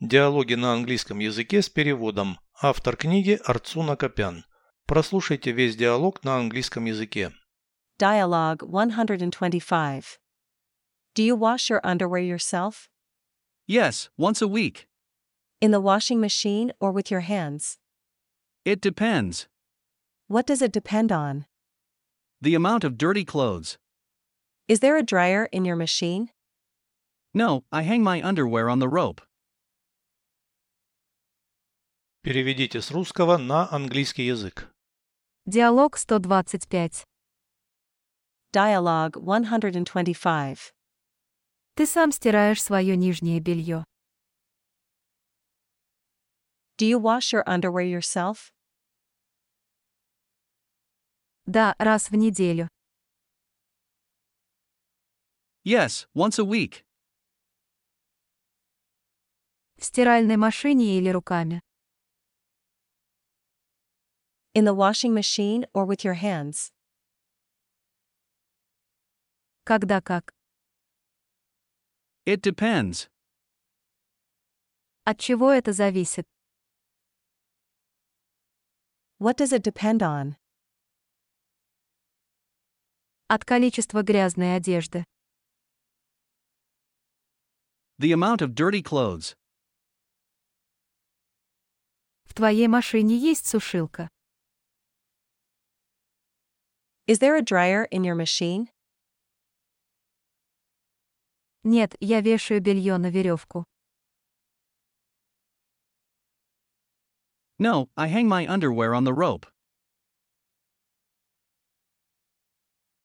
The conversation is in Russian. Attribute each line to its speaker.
Speaker 1: Диалоги на английском языке с переводом. Автор книги Арцуна Копян. Прослушайте весь диалог на английском языке.
Speaker 2: Dialogue 125. Do you wash your underwear yourself?
Speaker 3: Yes, once a week.
Speaker 2: In the washing machine or with your hands?
Speaker 3: It depends.
Speaker 2: What does it depend on?
Speaker 3: The amount of dirty clothes.
Speaker 2: Is there a dryer in your machine?
Speaker 3: No, I hang my underwear on the rope.
Speaker 1: Переведите с русского на английский язык.
Speaker 4: Диалог 125.
Speaker 2: Dialogue 125.
Speaker 4: Ты сам стираешь свое нижнее белье.
Speaker 2: Do you wash your underwear yourself?
Speaker 4: Да, раз в неделю.
Speaker 3: Yes, once a week.
Speaker 4: В стиральной машине или руками.
Speaker 2: In the washing machine or with your hands?
Speaker 4: Когда как.
Speaker 3: It depends.
Speaker 4: От чего это зависит?
Speaker 2: What does it depend on?
Speaker 4: От количества грязной одежды.
Speaker 3: The amount of dirty clothes.
Speaker 4: В твоей машине есть сушилка.
Speaker 2: Is there a dryer in your machine?
Speaker 4: Нет, я вешаю белье на веревку.
Speaker 3: No, I hang my underwear on the rope.